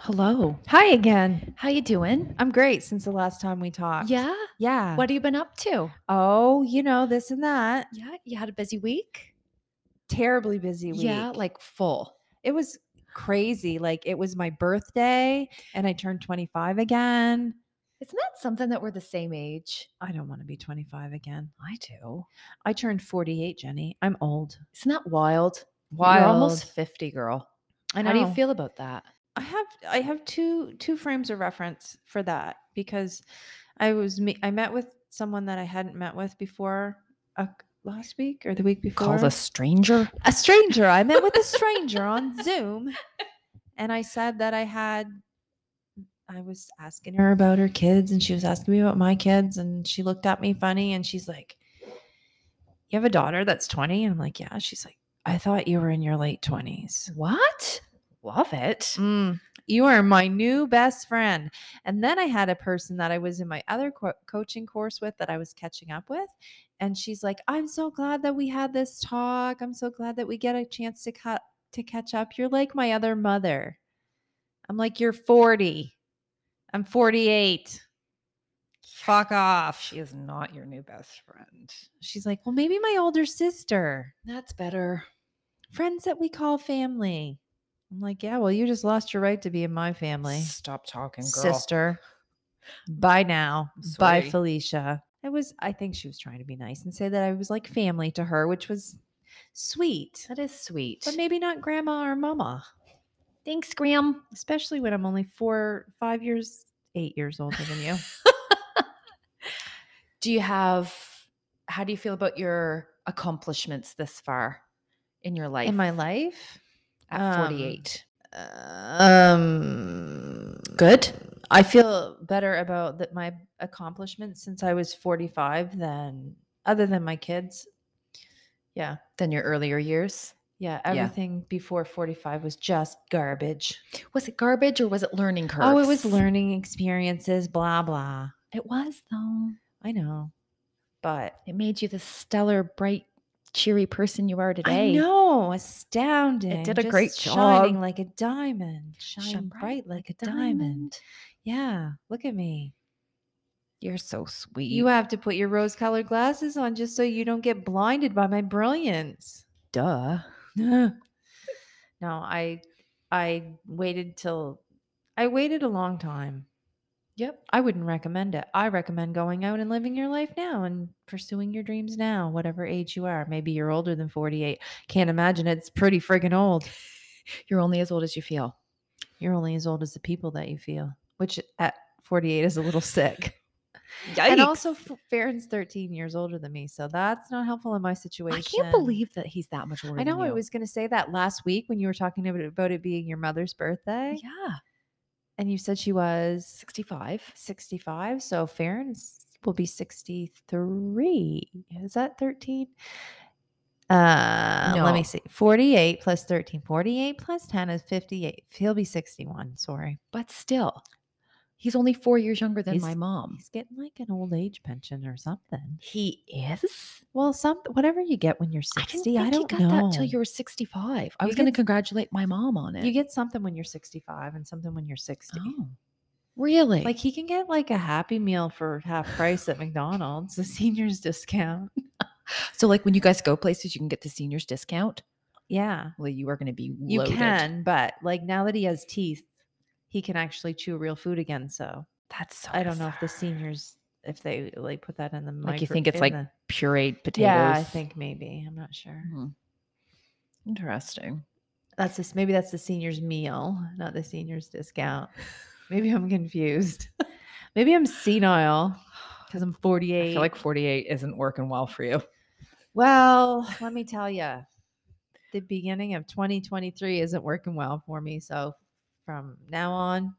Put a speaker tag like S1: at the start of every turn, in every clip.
S1: Hello.
S2: Hi again.
S1: How you doing?
S2: I'm great since the last time we talked.
S1: Yeah.
S2: Yeah.
S1: What have you been up to?
S2: Oh, you know, this and that.
S1: Yeah. You had a busy week?
S2: Terribly busy week.
S1: Yeah, like full.
S2: it was crazy. Like it was my birthday and I turned 25 again.
S1: Isn't that something that we're the same age?
S2: I don't want to be 25 again. I do. I turned 48, Jenny. I'm old.
S1: Isn't that wild?
S2: Wild.
S1: You're almost 50, girl.
S2: I
S1: How do you
S2: know.
S1: feel about that?
S2: I have I have two two frames of reference for that because I was me- I met with someone that I hadn't met with before uh, last week or the week before.
S1: stranger?
S2: a stranger. I met with a stranger on Zoom, and I said that I had. I was asking her about her kids, and she was asking me about my kids, and she looked at me funny, and she's like, "You have a daughter that's 20?" And I'm like, "Yeah." She's like, "I thought you were in your late 20s."
S1: What? Love it.
S2: Mm, you are my new best friend. And then I had a person that I was in my other co- coaching course with that I was catching up with. And she's like, I'm so glad that we had this talk. I'm so glad that we get a chance to cut to catch up. You're like my other mother. I'm like, you're 40. I'm 48. Fuck off.
S3: She is not your new best friend.
S2: She's like, well, maybe my older sister.
S1: That's better.
S2: Friends that we call family. I'm like, yeah, well, you just lost your right to be in my family.
S3: Stop talking, girl.
S2: sister. Bye now. Bye,
S3: Sweetie.
S2: Felicia. I was, I think she was trying to be nice and say that I was like family to her, which was sweet,
S1: That is sweet.
S2: but maybe not grandma or mama,
S1: Thanks, Graham.
S2: especially when I'm only four, five years, eight years older than you.
S1: Do you have, how do you feel about your accomplishments this far in your life?
S2: In my life,
S1: At
S2: um,
S1: 48.
S2: um,
S1: Good.
S2: I feel better about that my accomplishments since I was 45 than other than my kids. Yeah.
S1: Than your earlier years?
S2: Yeah,
S1: Yeah.
S2: everything before 45 was just garbage.
S1: Was it garbage or was it learning curves?
S2: Oh, it was learning experiences, blah, blah.
S1: It was though.
S2: I know. But
S1: It made you the stellar, bright, cheery person you are
S2: I
S1: today.
S2: know, astounding.
S1: did a great
S2: Shining
S1: job.
S2: like a diamond. Shine, bright, like a diamond. Yeah, look at me.
S3: You're so sweet.
S2: You have to put your rose colored glasses on just so you don't get blinded by my brilliance.
S1: Duh.
S2: no i i waited till i waited a long time yep i wouldn't recommend it i recommend going out and living your life now and pursuing your dreams now whatever age you are maybe you're older than 48 can't imagine it. it's pretty friggin old
S1: You're only as old as you feel.
S2: you're only as old as the people that you feel which at 48 is a little sick
S3: Yikes.
S2: and also F- farron's 13 years older than me so that's not helpful in my situation
S1: I can't believe that he's that much older.
S2: I
S1: than
S2: know I
S1: you.
S2: was going to say that last week when you were talking about, about it being your mother's birthday,
S1: Yeah,
S2: and you said she was
S1: sixty-five.
S2: 65. So Farron is- will be 63. Is that 13? Uh, let me
S1: No.
S2: see. 48 plus 13, 48 plus 10 is 58. He'll be 61. Sorry.
S1: But still, he's only four years younger than my
S2: He's-
S1: mom.
S2: He's getting like an old age pension or something.
S1: He is.
S2: Well, some whatever you get when you're 60. I,
S1: I
S2: don't
S1: think he got
S2: know.
S1: that till you were sixty-five. I
S2: You
S1: was going to
S2: get-
S1: congratulate my mom on it.
S2: You get something when you're 65 and something when you're 60.
S1: Oh. really?
S2: Like he can get like a happy meal for half price at McDonald's, the seniors discount.
S1: so, like when you guys go places, you can get the seniors discount.
S2: Yeah.
S1: Well, you are going to be
S2: You
S1: loaded.
S2: can, but like now that he has teeth, he can actually chew real food again. So
S1: That's so.
S2: I don't know if the
S1: bizarre.
S2: seniors if they like put that in the
S1: Like, you
S2: micro-
S1: think it's
S2: in
S1: like
S2: the-
S1: pureed potatoes.
S2: yeah, I think maybe I'm not sure.
S1: Hmm. Interesting.
S2: That's just maybe that's the seniors meal, not the seniors discount. Maybe I'm confused. maybe I'm senile because I'm 48.
S3: I feel like 48 isn't working well for you.
S2: Well, let me tell you, the beginning of 2023 isn't working well for me. So from now on,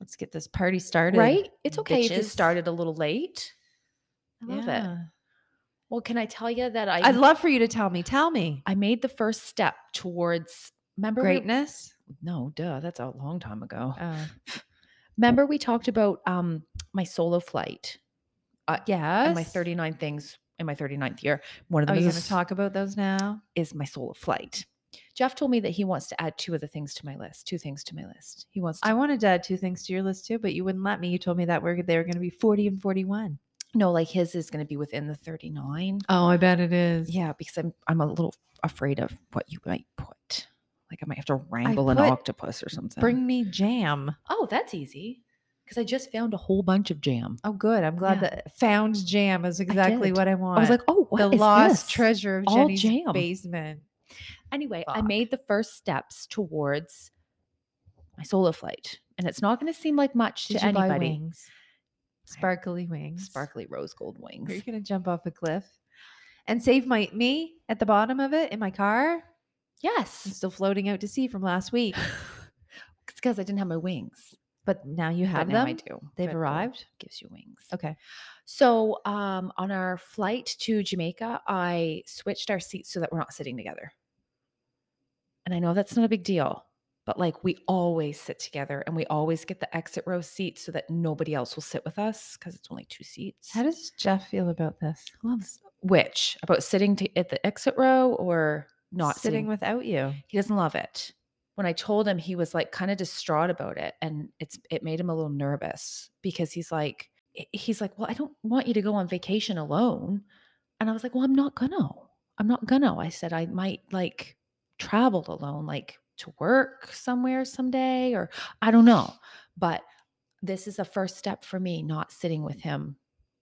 S2: let's get this party started.
S1: Right? It's okay if you
S2: bitches.
S1: started a little late. I love it.
S2: Yeah.
S1: Well, can I tell you that I
S2: I'd love for you to tell me. Tell me.
S1: I made the first step towards remember we-
S2: Greatness.
S1: Uh,
S3: No, duh. That's a long time ago.
S2: Oh.
S1: Remember we talked about um my solo flight
S2: Yes.
S1: and my 39 things in my 39th year. One of
S2: Oh,
S1: them
S2: you
S1: is,
S2: want
S1: a
S2: to
S1: s-
S2: talk about those now?
S1: is my solo flight. Jeff told me that he wants to add two other things to my list. Two things to my list. He wants to
S2: I wanted to add two things to your list too, but you wouldn't let me. You told me that we're they were going to be 40 and 41.
S1: no, like his is going to be within the 39.
S2: Oh, I bet it is.
S1: Yeah, because I'm I'm a little afraid of what you might put. Like I might have to wrangle an
S2: put-
S1: octopus or something.
S2: Bring me jam.
S1: Oh, that's easy. Because I just found a whole bunch of jam.
S2: Oh, good. I'm glad
S1: Yeah.
S2: that found jam is exactly
S1: did.
S2: what I want.
S1: I was like, oh, what
S2: the
S1: is
S2: lost
S1: this?
S2: treasure of
S1: All
S2: Jenny's
S1: jam.
S2: basement.
S1: Anyway, I
S2: Fuck.
S1: made the first steps towards my solo flight, and it's not going to seem like much
S2: Did
S1: to
S2: you buy
S1: anybody.
S2: wings? Sparkly wings.
S1: Sparkly rose gold wings.
S2: Are you going to jump off a cliff and save my me at the bottom of it in my car? I'm
S1: Yes,
S2: still floating out to sea from last week,
S1: it's because I didn't have my wings.
S2: but now you
S1: But
S2: have
S1: now
S2: them.
S1: I do.
S2: They've
S1: Red Bull
S2: arrived.
S1: Gives you wings.
S2: Okay.
S1: So, um, on our flight to Jamaica, I switched our seats so that we're not sitting together. And I know that's not a big deal, but like we always sit together and we always get the exit row seat so that nobody else will sit with us because it's only two seats.
S2: How does Jeff feel about this?
S1: loves which about sitting to, at the exit row or not
S2: sitting
S1: with?
S2: without you.
S1: He doesn't love it. When I told him, he was like kind of distraught about it, and it's it made him a little nervous because he's like he- he's like, well, I don't want you to go on vacation alone, and I was like, well, I'm not gonna, I'm not gonna. I said I might like travel alone, like to work somewhere someday, or I don't know, but this is a first step for me not sitting with him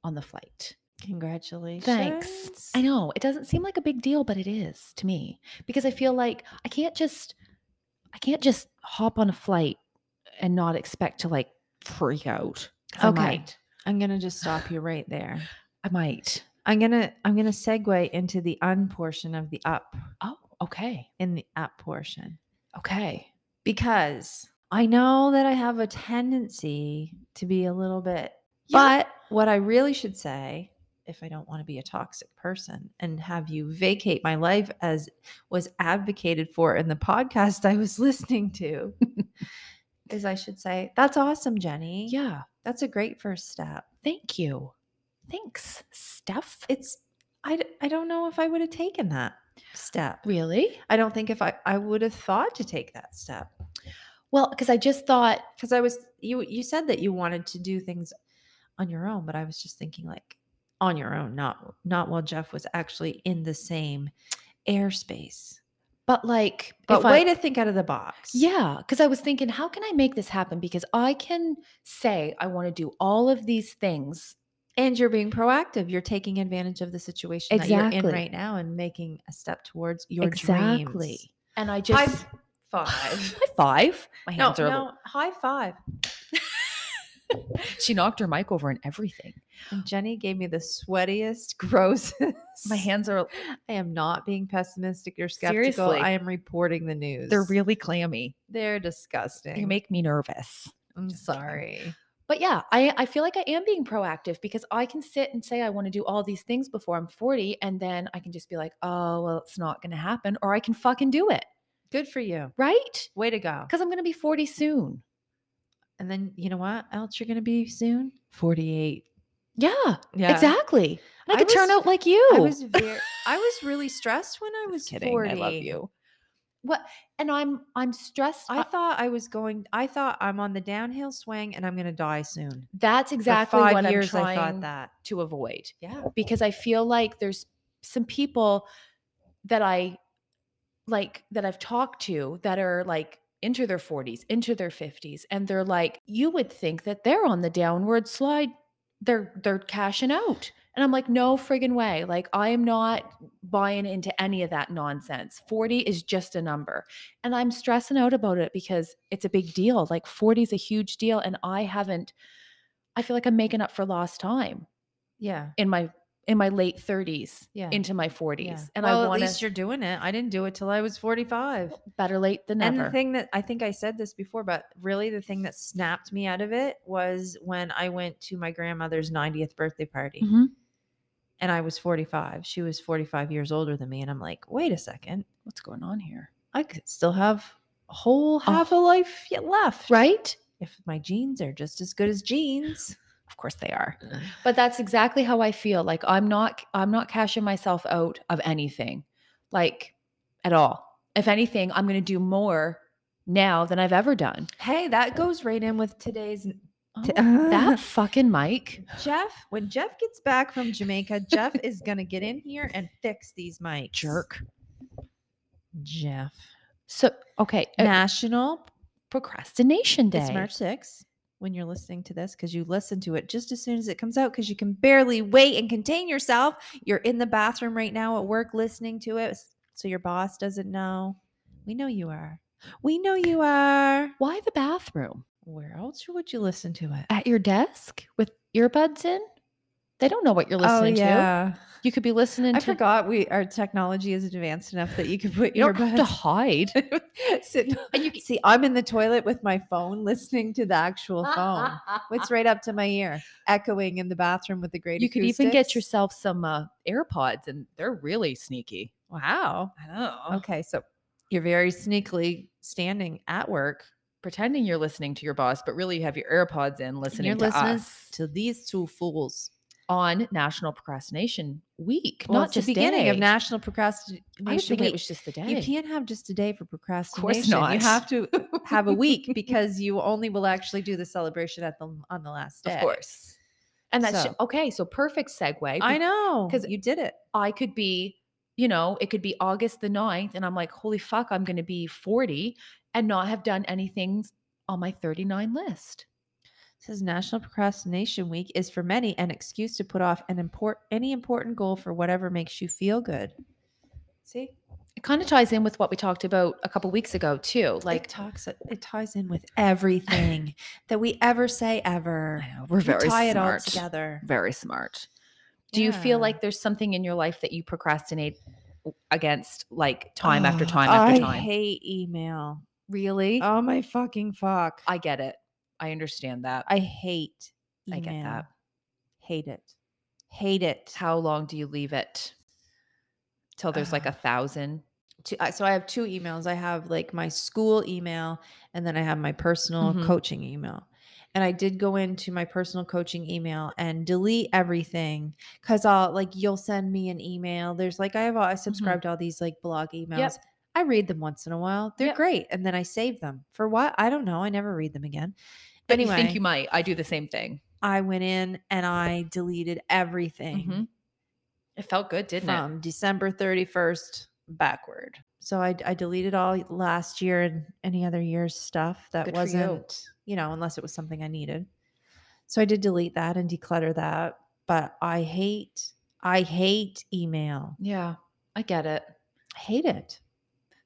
S1: on the flight.
S2: Congratulations.
S1: I know it doesn't seem like a big deal, but it is to me because I feel like I can't just I can't just hop on a flight and not expect to like freak out. 'cause I
S2: Okay.
S1: might.
S2: I'm gonna just stop you right there.
S1: I might.
S2: I'm gonna I'm gonna segue into the un portion of the up
S1: Oh, okay.
S2: in the up portion
S1: Okay.
S2: because I know that I have a tendency to be a little bit.
S1: Yeah.
S2: But what I really should say, if I don't want to be a toxic person and have you vacate my life as was advocated for in the podcast I was listening to, is I should say, that's awesome, Jenny.
S1: Yeah.
S2: That's a great first step.
S1: Thank you. Thanks, Steph.
S2: It's I, d- I don't know if I would have taken that step.
S1: Really?
S2: I don't think if I I would have thought to take that step
S1: Well, because I just thought
S2: because I was you you said that you wanted to do things on your own, but I was just thinking like on your own, not not while Jeff was actually in the same airspace.
S1: but like
S2: But
S1: if I-
S2: way to think out of the box.
S1: Yeah, because I was thinking, how can I make this happen? Because I can say I want to do all of these things
S2: And you're being proactive. You're taking advantage of the situation that you're
S1: Exactly.
S2: in right now and making a step towards your
S1: exactly,
S2: dreams.
S1: and I
S2: High
S1: just
S2: five.
S1: High five. My
S2: no,
S1: hands are.
S2: no, high five.
S1: She knocked her mic over and everything.
S2: And Jenny gave me the sweatiest, grossest.
S1: My hands are.
S2: I am not being pessimistic or skeptical.
S1: Seriously.
S2: I am reporting the news.
S1: They're really clammy.
S2: They're disgusting.
S1: They make me nervous.
S2: I'm
S1: Just kidding.
S2: sorry.
S1: But yeah, I I feel like I am being proactive because I can sit and say I want to do all these things before I'm 40, and then I can just be like, oh well, it's not going to happen, or I can fucking do it,
S2: Good for you.
S1: right?
S2: Way to go.
S1: Because I'm going to be 40 soon.
S2: And then you know what else you're going to be soon? 48.
S1: Yeah,
S2: Yeah.
S1: exactly. And I,
S2: I
S1: could turn
S2: was-
S1: out like you.
S2: I was very I was really stressed when I was
S1: Oh! Just kidding.
S2: 40.
S1: I love you. What? And I'm I'm stressed.
S2: I thought I was going I thought I'm on the downhill swing and I'm going to die soon.
S1: that's exactly
S2: For 5
S1: what
S2: years
S1: I'm
S2: I
S1: trying
S2: thought that.
S1: to avoid.
S2: Yeah.
S1: because I feel like there's some people that I like that I've talked to that are like into their 40s, into their 50s and they're like you would think that they're on the downward slide. They're they're cashing out. And I'm like no friggin' way. Like I am not buying into any of that nonsense. 40 is just a number. And I'm stressing out about it because it's a big deal. Like 40 is a huge deal and I haven't I feel like I'm making up for lost time
S2: Yeah.
S1: in my in my late 30s
S2: Yeah.
S1: into my 40s
S2: yeah.
S1: and
S2: well,
S1: i want
S2: at least
S1: to
S2: you're doing it. I didn't do it till I was 45.
S1: better late than
S2: And
S1: never
S2: the thing that I think I said this before, but really the thing that snapped me out of it was when I went to my grandmother's 90th birthday party
S1: Mhm.
S2: and I was 45. She was 45 years older than me. And I'm like, wait a second,
S1: what's going on here
S2: I could still have a whole half a life yet left.
S1: Oh. right
S2: if my jeans are just as good as jeans. Of course they are.
S1: But that's exactly how I feel. Like I'm not I'm not cashing myself out of anything. Like at all. If anything, I'm going to do more now than I've ever done.
S2: Hey, that goes right in with today's
S1: Oh, that fucking mic.
S2: Jeff, when Jeff gets back from Jamaica, Jeff is going to get in here and fix these mics.
S1: Jerk.
S2: Jeff.
S1: So, okay. uh,
S2: National
S1: procrastination day.
S2: It's March 6th when you're listening to this because you listen to it just as soon as it comes out because you can barely wait and contain yourself. You're in the bathroom right now at work listening to it. s- So your boss doesn't know. We know you are. We know you are.
S1: Why the bathroom?
S2: Where else would you listen to it?
S1: At your desk with earbuds in? They don't know what you're listening to. You could be listening
S2: Oh, I
S1: to
S2: forgot we our technology is advanced enough that you can put
S1: You don't have to
S2: earbuds.
S1: hide.
S2: Sit- see, I'm in the toilet with my phone listening to the actual phone. It's right up to my ear, echoing in the bathroom with the great.
S1: you could even get
S2: acoustics.
S1: yourself some uh, AirPods, and they're really sneaky.
S2: Wow.
S3: I know.
S1: Oh.
S2: Okay, so you're very sneakily standing at work
S1: Pretending you're listening to your boss, but really you have your AirPods in, listening
S2: you're
S1: to
S2: listening
S1: us
S2: to these two fools.
S1: on National Procrastination Week,
S2: Well,
S1: not
S2: it's the
S1: just
S2: beginning
S1: day.
S2: of National Procrastination
S1: I was thinking
S2: Week.
S1: it was just the day.
S2: you can't have just a day for procrastination. You
S3: not.
S2: have to have a week because you only will actually do the celebration at the on the last day.
S1: of course. And that's
S2: So-
S1: okay. So perfect segue.
S2: I know because
S1: 'Cause-
S2: you did it.
S1: I could be, you know, it could be August the 9th, and I'm like, holy fuck, I'm going to be 40 and not have done anything on my 39 list.
S2: It says National Procrastination Week is for many an excuse to put off an import any important goal for whatever makes you feel good. See,
S1: It kind of ties in with what we talked about a couple weeks ago, too.
S2: like
S1: Like,
S2: talks it ties in with everything that we ever say ever
S1: I know, we're
S2: We
S1: very
S2: tie it all
S1: smart.
S2: together
S1: Very smart. Do you
S2: Yeah.
S1: feel like there's something in your life that you procrastinate against, like time after
S2: Oh,
S1: time after
S2: i
S1: time?
S2: hate email
S1: really?
S2: oh my fucking fuck i,
S1: I get it. I understand that.
S2: hate
S1: I
S2: email.
S1: get that.
S2: hate it hate it
S1: How long do you leave it till there's like a thousand?
S2: Two- uh, so i have two emails i have like my school email and then i have my personal
S1: Mhm.
S2: coaching email and i did go into my personal coaching email and delete everything because i'll like you'll send me an email there's like i have all, i subscribe to all these like blog emails i read them once in a while they're
S1: Yep.
S2: great and then i save them for what i don't know i never read them again
S1: But you
S2: Anyway.
S1: think you might? I do the same thing.
S2: i went in and i deleted everything
S1: Mhm. It felt good, didn't it?
S2: from December 31st backward. So I, I deleted all last year and any other year's stuff that
S1: Good for you.
S2: wasn't, you. know, unless it was something I needed. So I did delete that and declutter that. But I hate, I hate email.
S1: Yeah, I get it.
S2: I hate it.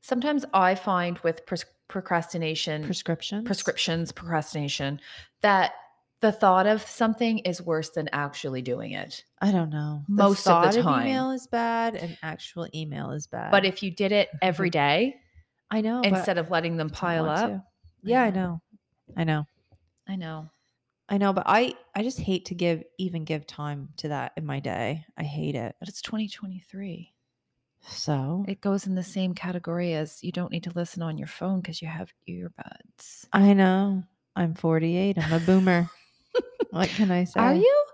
S1: Sometimes I find with pres- procrastination,
S2: Prescription.
S1: prescriptions, procrastination, that the thought of something is worse than actually doing it.
S2: I don't know.
S1: most of the
S2: thought
S1: time.
S2: email is bad and actual email is bad.
S1: But if you did it every day
S2: I know,
S1: instead of letting them pile up,
S2: Yeah, I know. I know.
S1: I know.
S2: I know, but I I just hate to give even give time to that in my day. I hate it.
S1: But it's 2023.
S2: So
S1: It goes in the same category as you don't need to listen on your phone because you have earbuds.
S2: I know I'm 48. I'm a boomer. what can I say?
S1: Are you?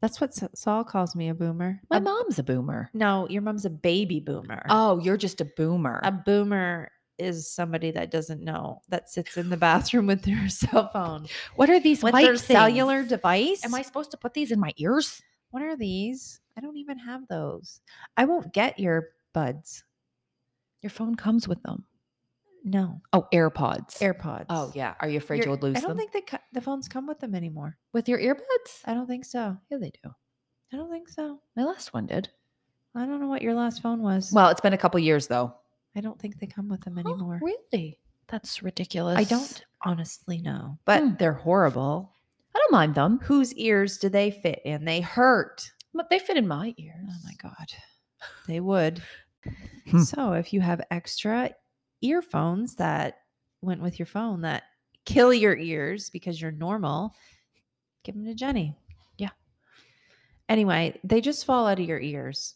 S2: That's what Sa- Saul calls me, a boomer.
S1: My
S2: A-
S1: mom's a boomer.
S2: No, your mom's a baby boomer.
S1: Oh, you're just a boomer.
S2: a boomer is somebody that doesn't know that sits in the bathroom with their cell phone
S1: what are these
S2: with
S1: white
S2: their cellular
S1: things?
S2: device.
S1: Am I supposed to put these in my ears?
S2: What are these? I don't even have those. I won't get your buds.
S1: Your phone comes with them.
S2: No,
S1: Oh, AirPods.
S2: AirPods.
S1: oh yeah. Are you afraid
S2: Your-
S1: you'll lose
S2: I don't
S1: them
S2: think they co- the phones come with them anymore.
S1: with your earbuds?
S2: I don't think so.
S1: Yeah, they do.
S2: I don't think so.
S1: My last one did.
S2: I don't know what your last phone was.
S1: Well, it's been a couple years though.
S2: I don't think they come with them
S1: Oh,
S2: anymore.
S1: really? That's ridiculous.
S2: I don't honestly know, but
S1: Hmm.
S2: they're horrible.
S1: I don't mind them.
S2: Whose ears do they fit in? They hurt.
S1: But They fit in my ears.
S2: Oh my god. They would.
S3: Hmm.
S2: so, if you have extra earphones that went with your phone that kill your ears because you're normal, give them to Jenny.
S1: Yeah.
S2: Anyway, they just fall out of your ears.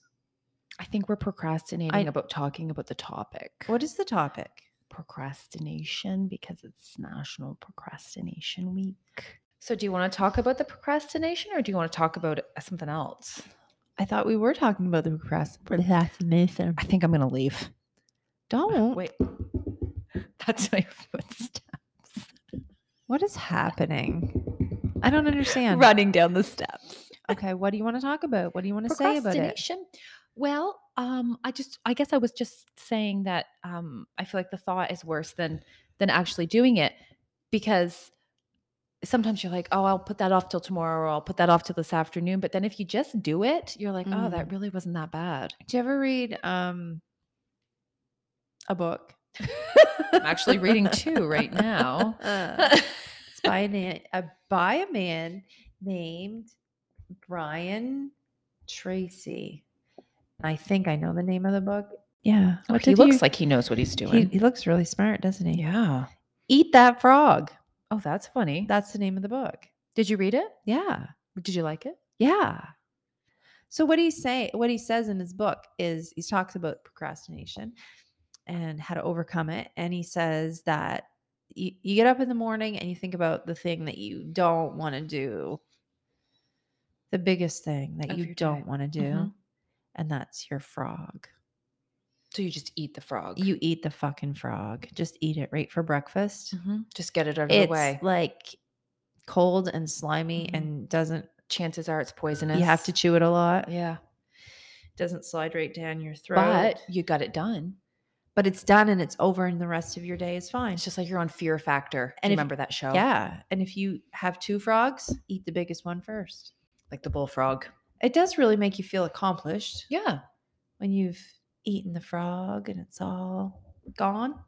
S1: I think we're procrastinating about talking about the topic.
S2: What is the topic?
S1: procrastination because it's National Procrastination Week. So, do you want to talk about the procrastination or do you want to talk about uh, something else?
S2: I thought we were talking about the procrast- procrastination.
S3: I think I'm going to leave.
S2: Don't.
S3: Wait. That's my footsteps.
S2: What is happening? I don't understand.
S3: Running down the steps.
S2: Okay, what do you want to talk about? What do you want to say about it?
S1: Procrastination. Well, um, I just I guess I was just saying that um, I feel like the thought is worse than than actually doing it because sometimes you're like, oh, I'll put that off till tomorrow, or I'll put that off till this afternoon. But then if you just do it, you're like, oh, that really wasn't that bad.
S2: Do you ever read um a book?
S1: I'm actually reading two right now.
S2: Uh. it's by a, na- a by a man named Brian Tracy. And I think I know the name of the book. Yeah.
S1: Oh,
S2: What
S1: he
S2: did
S1: looks
S2: you-
S1: like he knows what he's
S2: he,
S1: doing.
S2: he looks really smart, doesn't he?
S3: Yeah.
S2: Eat that frog.
S1: oh, that's funny.
S2: That's the name of the book.
S1: Did you read it?
S2: Yeah.
S1: Did you like it?
S2: Yeah. So what he say what he says in his book is he talks about procrastination and how to overcome it and he says that you, you get up in the morning and you think about the thing that you don't want to do the biggest thing that
S1: Of
S2: you
S1: your day.
S2: don't want to do
S1: Mhm.
S2: and that's your frog.
S1: So you just eat the frog.
S2: You eat the fucking frog. Just eat it right for breakfast.
S1: Mhm. just get it out of
S2: It's
S1: the way.
S2: like cold and slimy
S1: Mhm.
S2: and doesn't
S1: Chances are it's poisonous.
S2: you have to chew it a lot.
S1: Yeah.
S2: doesn't slide right down your throat.
S1: But you got it done.
S2: but it's done and it's over and the rest of your day is fine.
S1: It's just like you're on Fear Factor. Do
S2: And
S1: you
S2: if-
S1: remember that show?
S2: yeah. And if you have two frogs, eat the biggest one first.
S1: Like the bullfrog.
S2: It does really make you feel accomplished
S1: Yeah.
S2: when you've eaten the frog and it's all gone.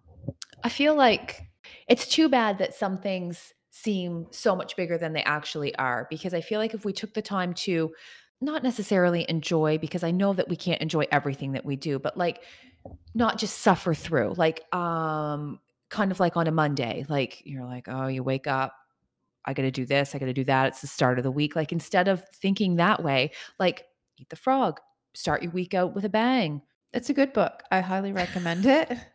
S1: I feel like it's too bad that some things seem so much bigger than they actually are because I feel like if we took the time to not necessarily enjoy because I know that we can't enjoy everything that we do but like not just suffer through like um kind of like on a Monday like you're like oh you wake up I got to do this I got to do that it's the start of the week like instead of thinking that way like eat the frog start your week out with a bang
S2: It's a good book. I highly recommend it.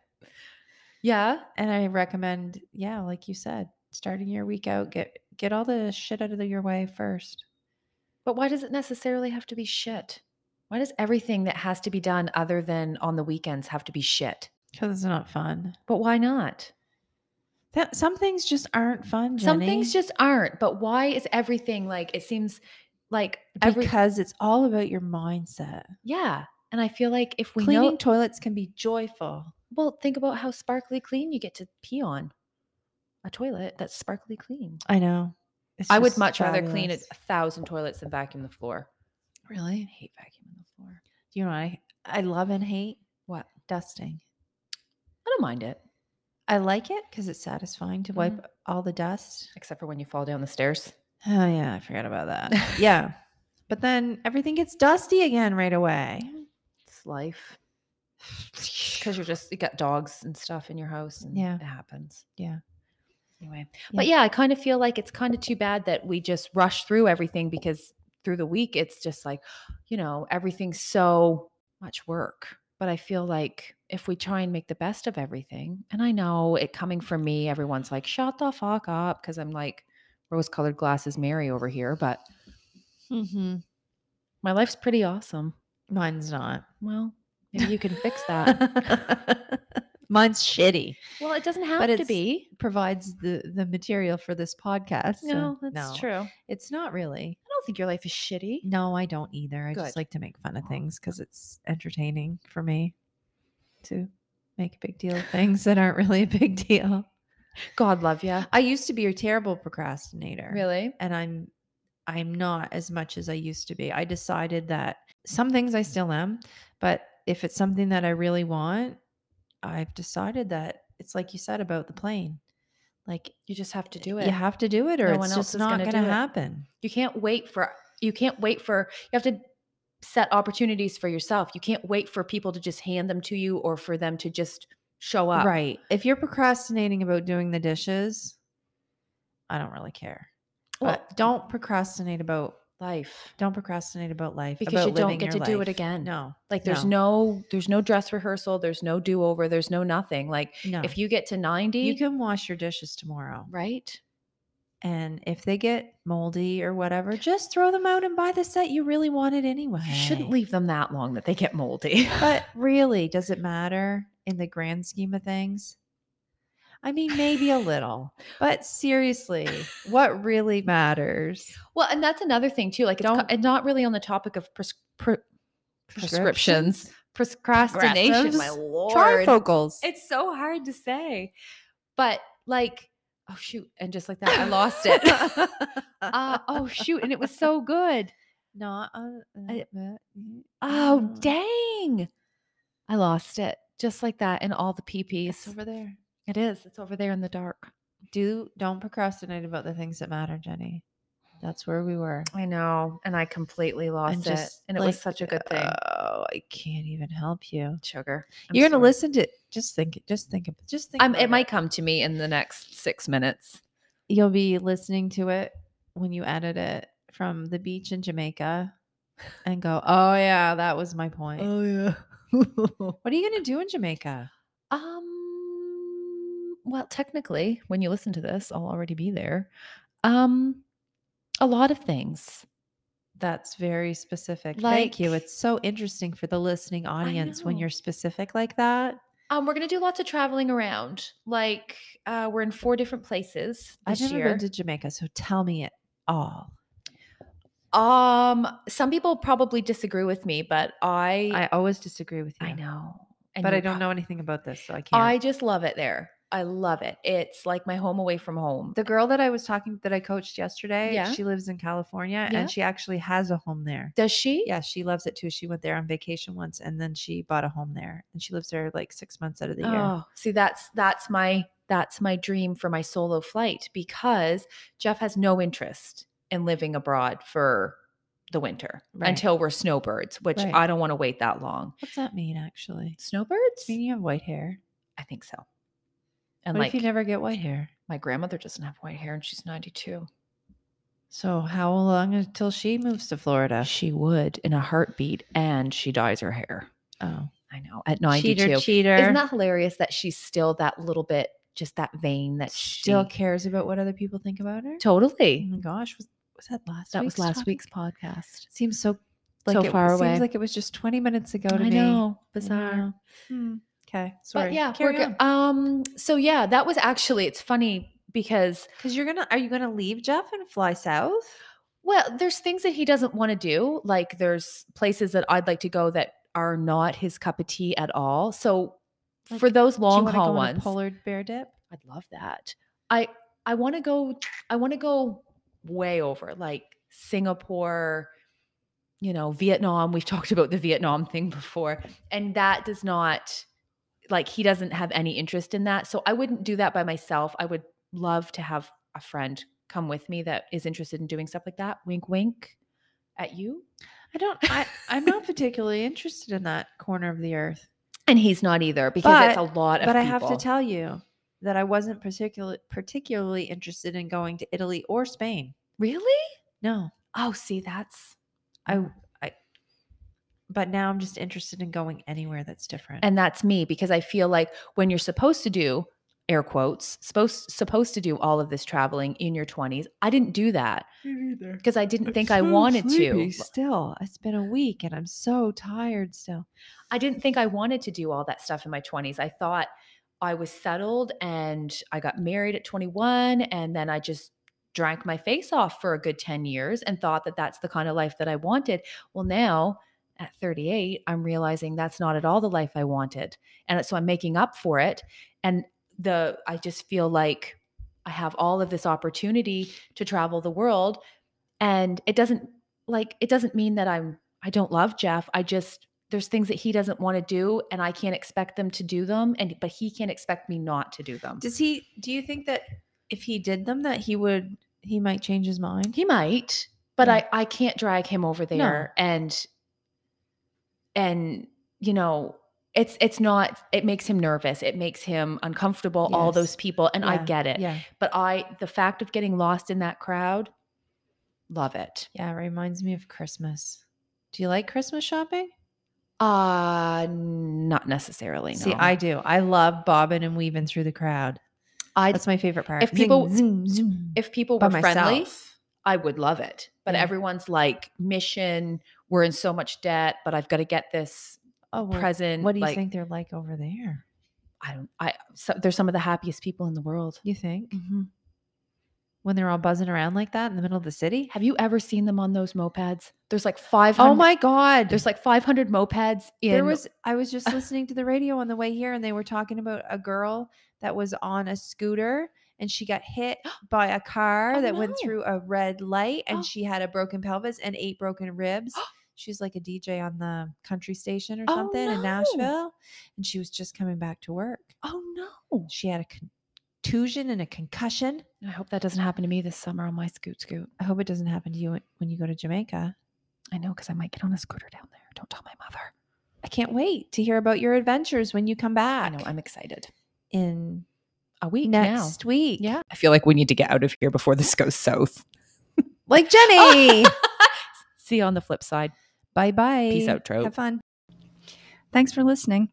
S1: yeah
S2: And I recommend, yeah, like you said, starting your week out, get get all the shit out of your way first.
S1: But why does it necessarily have to be shit? Why does everything that has to be done other than on the weekends have to be shit?
S2: Because it's not fun.
S1: But why not?
S2: That, some things just aren't fun.
S1: Some
S2: Jenny.
S1: things just aren't, but why is everything like it seems like every
S2: because it's all about your mindset.
S1: yeah. And I feel like if we
S2: Cleaning
S1: know
S2: toilets can be joyful.
S1: well, think about how sparkly clean you get to pee on. A toilet that's sparkly clean.
S2: I know.
S1: I would much rather clean a a thousand toilets than vacuum the floor. I
S2: Really?
S1: hate vacuuming the floor.
S2: You know, what I I love and hate
S1: What?
S2: dusting.
S1: I don't mind it,
S2: I like it because it's satisfying to wipe all the dust.
S1: except for when you fall down the stairs.
S2: Mm-hmm. Oh yeah, I forgot about that. yeah, but then everything gets dusty again right away.
S1: It's life. because you're just you got dogs and stuff in your house and
S2: Yeah.
S1: it happens
S2: Yeah.
S1: anyway but yeah i kind of feel like it's kind of too bad that we just rush through everything because through the week it's just like you know everything's so much work but i feel like if we try and make the best of everything and i know it coming from me everyone's like shut the fuck up because i'm like rose colored glasses mary over here but
S2: Mm-hmm.
S1: my life's pretty awesome
S2: Mine's not.
S1: well maybe you can fix that
S2: that. Mine's shitty.
S1: well it doesn't have to
S2: it's-
S1: be
S2: Provides the the material for this podcast. so
S1: no that's
S2: no,
S1: true
S2: It's not really.
S1: I don't think your life is shitty.
S2: No, I don't either. I
S1: Good.
S2: just like to make fun of things because it's entertaining for me to make a big deal of things that aren't really a big deal.
S1: God love you.
S2: I used to be a terrible procrastinator.
S1: Uh, Really?
S2: And I'm I'm not as much as I used to be. I decided that some things I still am, but if it's something that I really want, I've decided that it's like you said about the plane. Like
S1: You just have to do it.
S2: you have to do it or
S1: No one
S2: it's
S1: else
S2: just
S1: is
S2: not
S1: gonna
S2: going to
S1: do it.
S2: happen.
S1: You can't wait for you can't wait for you have to set opportunities for yourself. You can't wait for people to just hand them to you or for them to just show up.
S2: Right. If you're procrastinating about doing the dishes, I don't really care.
S1: Well-
S2: But don't procrastinate about
S1: life.
S2: Don't procrastinate about life
S1: Because you
S2: about
S1: don't
S2: living
S1: get
S2: your
S1: to do it
S2: life.
S1: again.
S2: No,
S1: Like there's no. there's no dress rehearsal, there's no do-over, there's no nothing. Like
S2: no.
S1: if you get to 90,
S2: you can wash your dishes tomorrow,
S1: right?
S2: and if they get moldy or whatever, just throw them out and buy the set you really wanted anyway.
S1: You shouldn't leave them that long that they get moldy.
S2: But really, does it matter in the grand scheme of things? I mean, maybe a little, but seriously, what really matters?
S1: Well, and that's another thing too. Like, it's co-
S2: Don't-
S1: and not really on the topic of pres- pre- prescriptions, procrastination. My
S2: Progressives.
S1: lord,
S2: Trifocals.
S1: it's so hard to say. But like, oh shoot, and just like that, I lost it. uh, oh shoot, and it was so good.
S2: Not. Uh,
S1: I-
S2: uh,
S1: Oh
S2: uh,
S1: dang, I lost it. Just like that, and all the
S2: It's
S1: PPs.
S2: over there.
S1: It is. It's over there in the dark.
S2: Do don't procrastinate about the things that matter, Jenny. That's where we were.
S1: I know, and I completely lost
S2: And just,
S1: it, and it was
S2: like,
S1: such a good thing.
S2: Oh, I can't even help you.
S1: Sugar, I'm
S2: You're gonna
S1: sorry.
S2: listen to. Just think. Just think. ab- Just think.
S1: Um,
S2: about
S1: it might come to me in the next six minutes.
S2: You'll be listening to it when you edit it from the beach in Jamaica, and go, "Oh yeah, that was my point."
S1: Oh, yeah.
S2: What are you gonna do in Jamaica?
S1: um. Well, technically, when you listen to this, I'll already be there. Um, a lot of things.
S2: That's very specific. Thank you.
S1: Like-
S2: It's so interesting for the listening audience when
S1: know.
S2: you're specific like that.
S1: Um, we're gonna do lots of traveling around. Like, uh, we're in four different places
S2: I've
S1: this
S2: never
S1: year.
S2: been to Jamaica, so tell me it all.
S1: um, some people probably disagree with me, but I,
S2: I always disagree with you.
S1: I, know, And
S2: but
S1: you
S2: I don't
S1: prob-
S2: know anything about this, so I can't.
S1: I just love it there. I love it. It's like my home away from home.
S2: the girl that I was talking that I coached yesterday,
S1: Yeah.
S2: she lives in California
S1: Yeah.
S2: and she actually has a home there.
S1: Does she?
S2: Yeah, she loves it too. She went there on vacation once and then she bought a home there and she lives there like six months out of the year.
S1: Oh, see, that's that's my that's my dream for my solo flight because Jeff has no interest in living abroad for the winter
S2: Right.
S1: until we're snowbirds, which
S2: Right.
S1: I don't want to wait that long.
S2: What's that mean actually?
S1: Snowbirds?
S2: I mean you have white hair.
S1: I think so. And
S2: what
S1: like
S2: if you never get white hair?
S1: my grandmother doesn't have white hair and she's 92.
S2: So how long until she moves to Florida?
S1: She would in a heartbeat and she dyes her hair.
S2: Oh.
S1: I know. At 92.
S2: Cheater, cheater.
S1: Isn't that hilarious that she's still that little bit just that vein that
S2: still
S1: she
S2: cares about what other people think about her? Oh
S1: totally.
S2: my gosh, was, was that last
S1: That
S2: week's
S1: was last
S2: topic?
S1: week's podcast.
S2: Seems so like
S1: So
S2: it,
S1: far
S2: seems
S1: away.
S2: like it was just 20 minutes ago to me. Hmm. Okay. Sorry.
S1: But yeah, we're
S2: Carry
S1: go- um so yeah, that was actually it's funny because
S2: Cuz you're going to are you going to leave Jeff and fly south?
S1: well, there's things that he doesn't want to do, like there's places that I'd like to go that are not his cup of tea at all. So
S2: Like,
S1: for those
S2: Do you
S1: long
S2: wanna
S1: haul
S2: go on a
S1: ones,
S2: Pollard bear dip.
S1: I'd love that. I I want to go I want to go way over like Singapore, you know, Vietnam. We've talked about the Vietnam thing before and that does not like he doesn't have any interest in that. So I wouldn't do that by myself. I would love to have a friend come with me that is interested in doing stuff like that. Wink wink at you.
S2: I don't I I'm not particularly interested in that corner of the earth.
S1: And he's not either because it's
S2: But-
S1: a lot of
S2: But I have to
S1: people.
S2: tell you that I wasn't particularly particularly interested in going to Italy or Spain.
S1: Really?
S2: No.
S1: Oh, see, that's
S2: I I but now I'm just interested in going anywhere that's different.
S1: and that's me because i feel like when you're supposed to do air quotes supposed supposed to do all of this traveling in your 20s i didn't do that because i didn't think i wanted to
S2: Still, it's been a week and I'm so tired still.
S1: i didn't think i wanted to do all that stuff in my 20s i thought i was settled and i got married at 21 and then i just drank my face off for a good 10 years and thought that that's the kind of life that i wanted well now at 38 i'm realizing that's not at all the life i wanted and so i'm making up for it and the i just feel like i have all of this opportunity to travel the world and it doesn't like it doesn't mean that i'm i don't love jeff i just there's things that he doesn't want to do and i can't expect them to do them and but he can't expect me not to do them
S2: Does he do you think that if he did them that he would he might change his mind?
S1: he might but
S2: Yeah.
S1: i i can't drag him over there and and you know it's it's not it makes him nervous it makes him uncomfortable all
S2: Yes.
S1: those people and i
S2: Yeah,
S1: get it
S2: Yeah.
S1: but i the fact of getting lost in that crowd Love it.
S2: Yeah, it reminds me of Christmas. Do you like Christmas shopping?
S1: Uh not necessarily. No.
S2: See, I do. I love bobbing and weaving through the crowd.
S1: I
S2: That's my favorite part.
S1: if people-
S2: zoom, zoom.
S1: if people
S2: by
S1: were friendly,
S2: myself.
S1: I would love it. But
S2: Yeah.
S1: everyone's like mission, we're in so much debt, but I've got to get this
S2: oh, well,
S1: present.
S2: what do you
S1: like,
S2: think they're like over there?
S1: I don't I so they're some of the happiest people in the world.
S2: You think
S1: Mm-hmm.
S2: when they're all buzzing around like that in the middle of the city?
S1: Have you ever seen them on those mopeds? There's like 500
S2: Oh my god!
S1: There's like 500 mopeds in
S2: there was I was just listening to the radio on the way here, and they were talking about a girl that was on a scooter and she got hit by a car
S1: Oh,
S2: that went
S1: no.
S2: through a red light, and
S1: Oh.
S2: she had a broken pelvis and eight broken ribs. She's like a DJ on the country station or
S1: Oh,
S2: something
S1: no.
S2: in Nashville, and she was just coming back to work.
S1: Oh no.
S2: She had a contusion and a concussion.
S1: I hope that doesn't happen to me this summer on my scoot scoot.
S2: I hope it doesn't happen to you when- when you go to Jamaica.
S1: I know cuz I might get on a scooter down there. Don't tell my mother.
S2: I can't wait to hear about your adventures when you come
S1: I
S2: back
S1: know I'm excited.
S2: in
S1: A week now.
S2: next week.
S1: Yeah.
S3: I feel like we need to get out of here before this goes south.
S2: Like Jenny.
S1: See you on the flip side.
S2: bye bye.
S3: Peace out, trope.
S2: Have fun.
S4: Thanks for listening.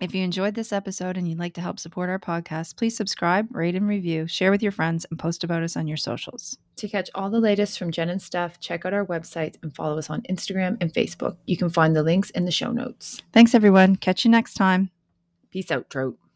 S4: If you enjoyed this episode and you'd like to help support our podcast, please subscribe, rate, and review, share with your friends, and post about us on your socials.
S1: To catch all the latest from Jen and Steph, check out our website and follow us on Instagram and Facebook. You can find the links in the show notes.
S4: Thanks, everyone. Catch you next time.
S1: Peace out, Trout.